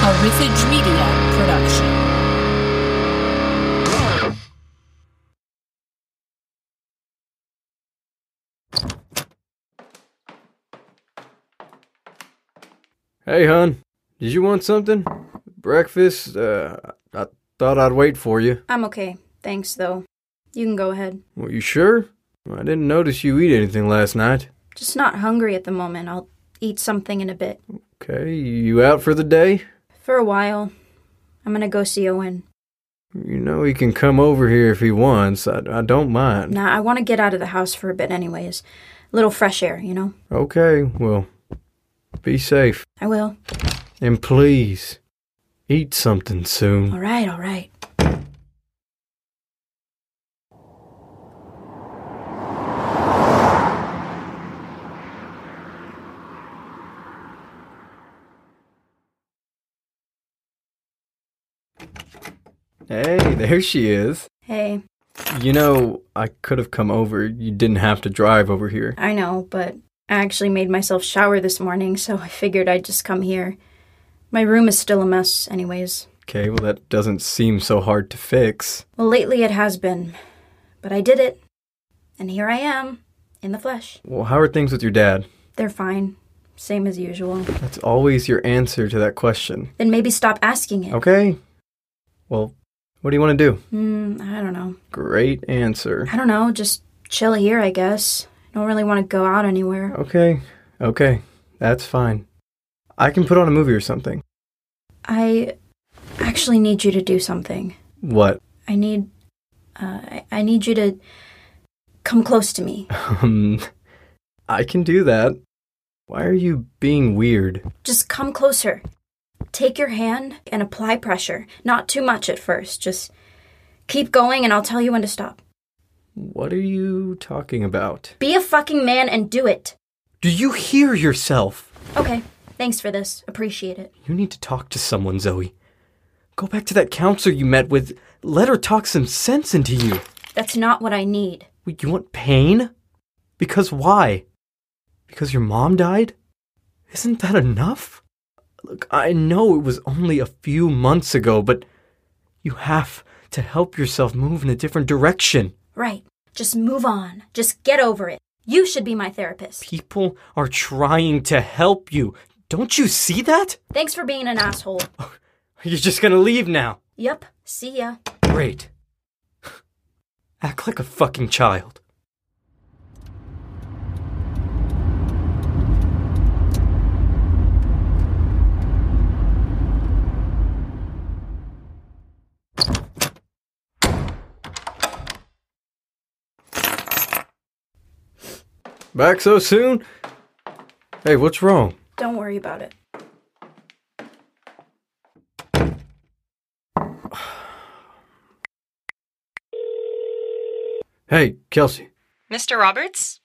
Horrific Media production. Hey, hon. Did you want something? Breakfast? Uh, I thought I'd wait for you. I'm okay. Thanks, though. You can go ahead. Well, you sure? I didn't notice you eat anything last night. Just not hungry at the moment. I'll eat something in a bit. Okay, you out for the day? For a while, I'm gonna go see Owen. You know he can come over here if he wants. I, I don't mind. Nah, I wanna get out of the house for a bit, anyways. A little fresh air, you know? Okay, well, be safe. I will. And please, eat something soon. Alright, alright. Hey, there she is. Hey, You know, I could have come over. You didn't have to drive over here. I know, but I actually made myself shower this morning, so I figured I'd just come here. My room is still a mess, anyways. Okay, well, that doesn't seem so hard to fix. Well, lately it has been. But I did it. And here I am, in the flesh. Well, how are things with your dad? They're fine. Same as usual. That's always your answer to that question. Then maybe stop asking it. Okay. Well, what do you want to do? Hmm, I don't know. Great answer. I don't know, just chill here, I guess. I don't really want to go out anywhere. Okay. Okay. That's fine. I can put on a movie or something. I actually need you to do something. What? I need, uh, I, I need you to come close to me. Um, I can do that. Why are you being weird? Just come closer. Take your hand and apply pressure. Not too much at first. Just keep going and I'll tell you when to stop. What are you talking about? Be a fucking man and do it. Do you hear yourself? Okay, thanks for this. Appreciate it. You need to talk to someone, Zoe. Go back to that counselor you met with. Let her talk some sense into you. That's not what I need. Wait, you want pain? Because why? Because your mom died? Isn't that enough? Look, I know it was only a few months ago, but you have to help yourself move in a different direction. Right. Just move on. Just get over it. You should be my therapist. People are trying to help you. Don't you see that? Thanks for being an asshole. You're just gonna leave now. Yep. See ya. Great. Act like a fucking child. Back so soon? Hey, what's wrong? Don't worry about it. Hey, Kelsey. Mr. Roberts?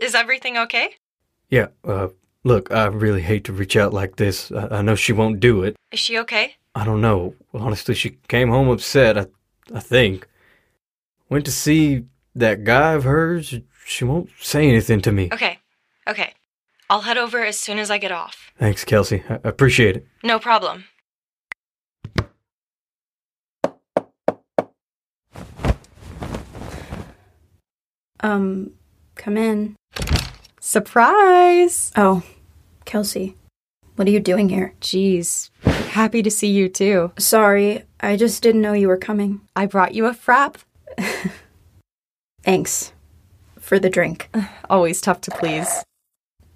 Is everything okay? Yeah, uh, look, I really hate to reach out like this. I, I know she won't do it. Is she okay? I don't know. Honestly, she came home upset, I, I think. Went to see that guy of hers. She won't say anything to me. Okay. Okay. I'll head over as soon as I get off. Thanks, Kelsey. I I appreciate it. No problem. Um, come in. Surprise! Oh, Kelsey, what are you doing here? Jeez, happy to see you too. Sorry, I just didn't know you were coming. I brought you a frap. Thanks for the drink. Always tough to please.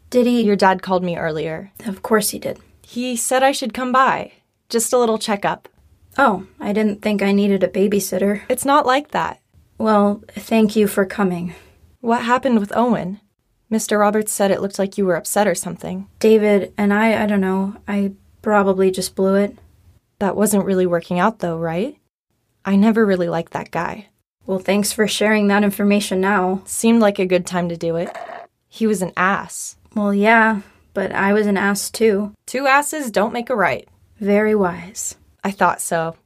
Did he? Your dad called me earlier. Of course he did. He said I should come by. Just a little checkup. Oh, I didn't think I needed a babysitter. It's not like that. Well, thank you for coming. What happened with Owen? Mr. Roberts said it looked like you were upset or something. David and I, I don't know, I probably just blew it. That wasn't really working out though, right? I never really liked that guy. Well, thanks for sharing that information now. Seemed like a good time to do it. He was an ass. Well, yeah, but I was an ass too. Two asses don't make a right. Very wise. I thought so.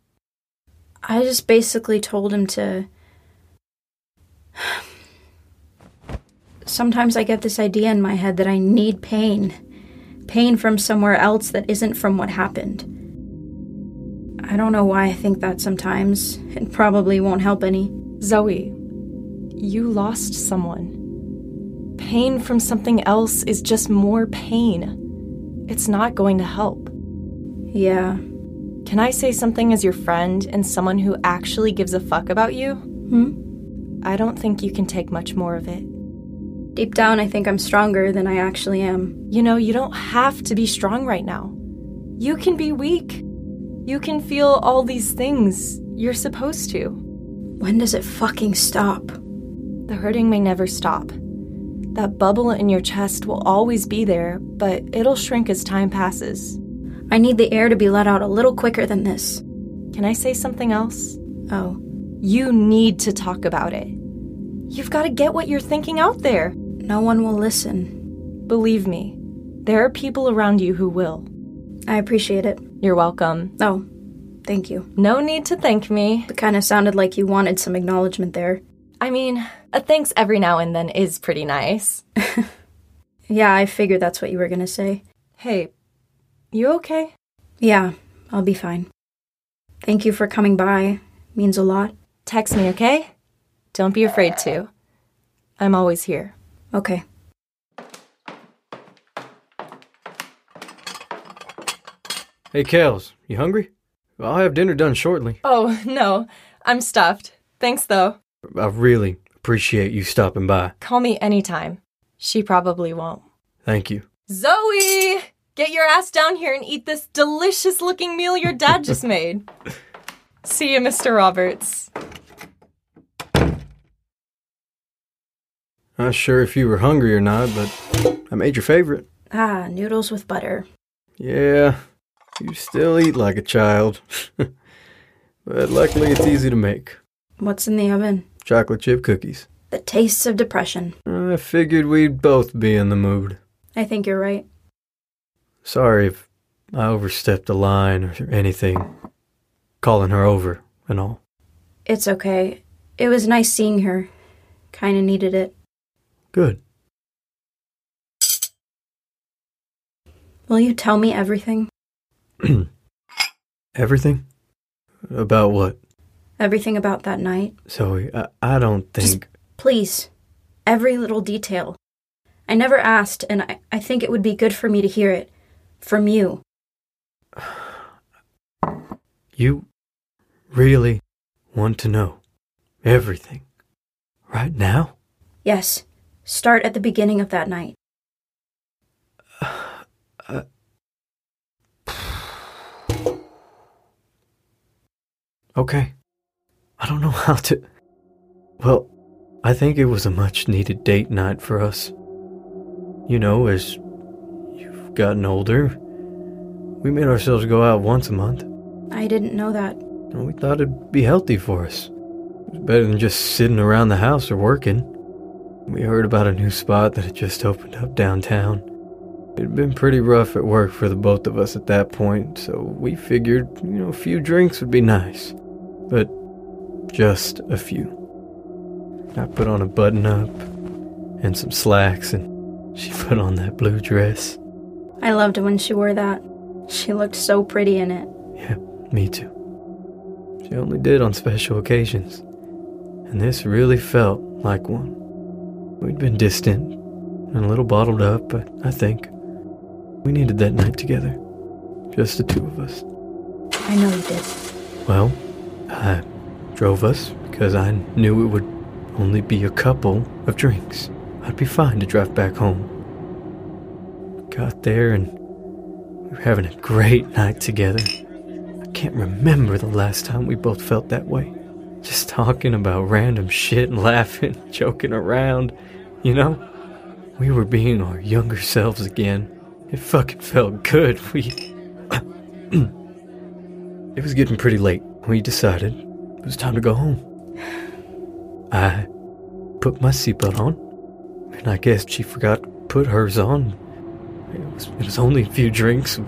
I just basically told him to. Sometimes I get this idea in my head that I need pain. Pain from somewhere else that isn't from what happened. I don't know why I think that sometimes. It probably won't help any. Zoe, you lost someone. Pain from something else is just more pain. It's not going to help. Yeah. Can I say something as your friend and someone who actually gives a fuck about you? Hmm? I don't think you can take much more of it. Deep down, I think I'm stronger than I actually am. You know, you don't have to be strong right now. You can be weak. You can feel all these things you're supposed to. When does it fucking stop? The hurting may never stop. That bubble in your chest will always be there, but it'll shrink as time passes. I need the air to be let out a little quicker than this. Can I say something else? Oh, You need to talk about it. You've got to get what you're thinking out there. no one will listen. Believe me, there are people around you who will. I appreciate it. You're welcome. Oh, thank you. No need to thank me. It kind of sounded like you wanted some acknowledgement there. I mean, a thanks every now and then is pretty nice. Yeah, I figured that's what you were gonna say. Hey, you okay? Yeah, I'll be fine. Thank you for coming by. Means a lot. Text me, okay? Don't be afraid to. I'm always here. Okay. Hey, Kels, you hungry? I'll have dinner done shortly. Oh, no. I'm stuffed. Thanks, though. I really appreciate you stopping by. Call me anytime. She probably won't. Thank you. Zoe! Get your ass down here and eat this delicious looking meal your dad just made. See you, Mr. Roberts. Not sure if you were hungry or not, but I made your favorite. Ah, noodles with butter. Yeah, you still eat like a child. but luckily, it's easy to make. What's in the oven? Chocolate chip cookies. The tastes of depression. I figured we'd both be in the mood. I think you're right. Sorry if I overstepped the line or anything. Calling her over and all. It's okay. It was nice seeing her. Kinda needed it. Good. Will you tell me everything? Everything? About what? Everything about that night? Zoe, I, I don't Just- think. Please. Every little detail. I never asked, and I, I think it would be good for me to hear it. From you. You really want to know everything right now? Yes. Start at the beginning of that night. Okay. I don't know how to. Well, I think it was a much needed date night for us. You know, as you've gotten older, we made ourselves go out once a month, I didn't know that. and we thought it'd be healthy for us. It was better than just sitting around the house or working. We heard about a new spot that had just opened up downtown. It'd been pretty rough at work for the both of us at that point, so we figured, you know, a few drinks would be nice. But just a few. I put on a button up and some slacks, and she put on that blue dress. I loved when she wore that. She looked so pretty in it. Yeah, me too. She only did on special occasions, and this really felt like one. We'd been distant and a little bottled up, but I think we needed that night together. Just the two of us. I know you did. Well, I drove us because I knew it would only be a couple of drinks. I'd be fine to drive back home. Got there and we were having a great night together. I can't remember the last time we both felt that way. Just talking about random shit and laughing, joking around, you know? We were being our younger selves again. It fucking felt good. We. It was getting pretty late. We decided it was time to go home. I put my seatbelt on, and I guess she forgot to put hers on. It was, it was only a few drinks.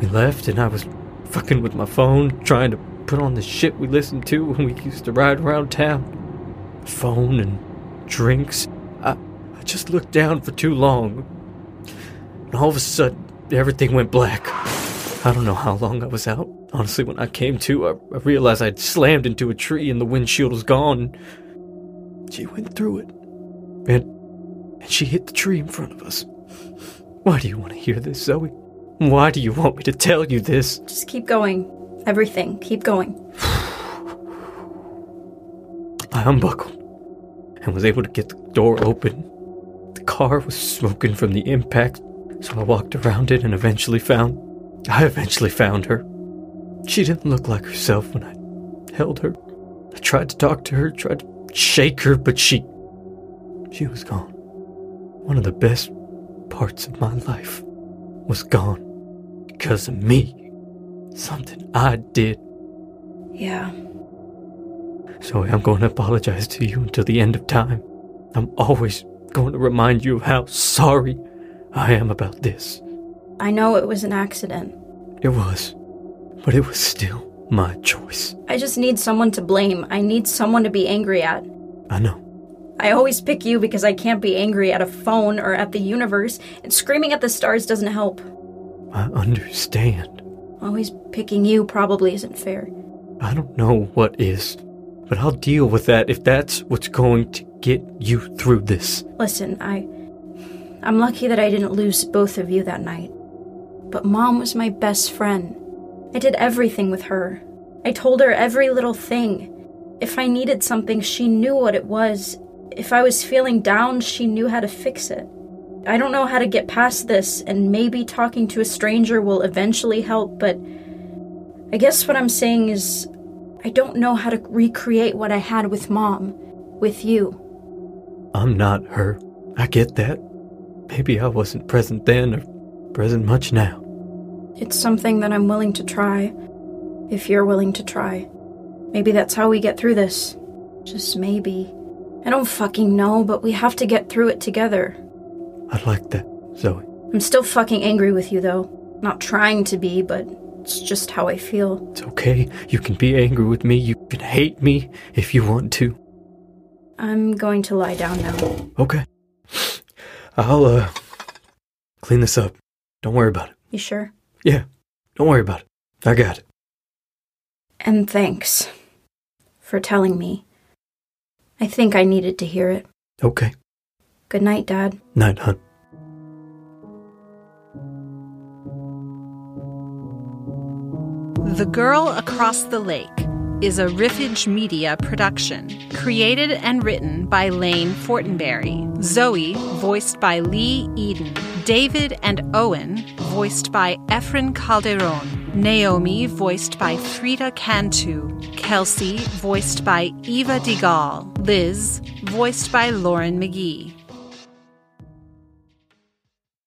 We left, and I was fucking with my phone, trying to put on the shit we listened to when we used to ride around town. Phone and drinks. I, I just looked down for too long. And all of a sudden, everything went black. I don't know how long I was out. Honestly, when I came to, I, I realized I'd slammed into a tree and the windshield was gone. She went through it. And, and she hit the tree in front of us. Why do you want to hear this, Zoe? Why do you want me to tell you this? Just keep going. Everything. Keep going. I unbuckled and was able to get the door open. The car was smoking from the impact, so I walked around it and eventually found. I eventually found her. She didn't look like herself when I held her. I tried to talk to her, tried to shake her, but she. She was gone. One of the best parts of my life was gone because of me. Something I did. Yeah. Zoe, I'm going to apologize to you until the end of time. I'm always going to remind you of how sorry I am about this. I know it was an accident. It was, but it was still my choice. I just need someone to blame. I need someone to be angry at. I know. I always pick you because I can't be angry at a phone or at the universe, and screaming at the stars doesn't help. I understand. Always picking you probably isn't fair. I don't know what is, but I'll deal with that if that's what's going to get you through this. Listen, I. I'm lucky that I didn't lose both of you that night. But mom was my best friend. I did everything with her. I told her every little thing. If I needed something, she knew what it was. If I was feeling down, she knew how to fix it. I don't know how to get past this, and maybe talking to a stranger will eventually help, but I guess what I'm saying is I don't know how to recreate what I had with mom, with you. I'm not her. I get that. Maybe I wasn't present then or present much now. It's something that I'm willing to try, if you're willing to try. Maybe that's how we get through this. Just maybe. I don't fucking know, but we have to get through it together. I'd like that, Zoe. I'm still fucking angry with you, though. Not trying to be, but it's just how I feel. It's okay. You can be angry with me. You can hate me if you want to. I'm going to lie down now. Okay. I'll, uh, clean this up. Don't worry about it. You sure? Yeah. Don't worry about it. I got it. And thanks for telling me. I think I needed to hear it. Okay. Good night, Dad. Night, hon. The Girl Across the Lake is a Riffage Media production, created and written by Lane Fortenberry, Zoe, voiced by Lee Eden, David and Owen, voiced by Efren Calderon, Naomi, voiced by Frida Cantu, Kelsey, voiced by Eva DeGaulle, Liz, voiced by Lauren McGee.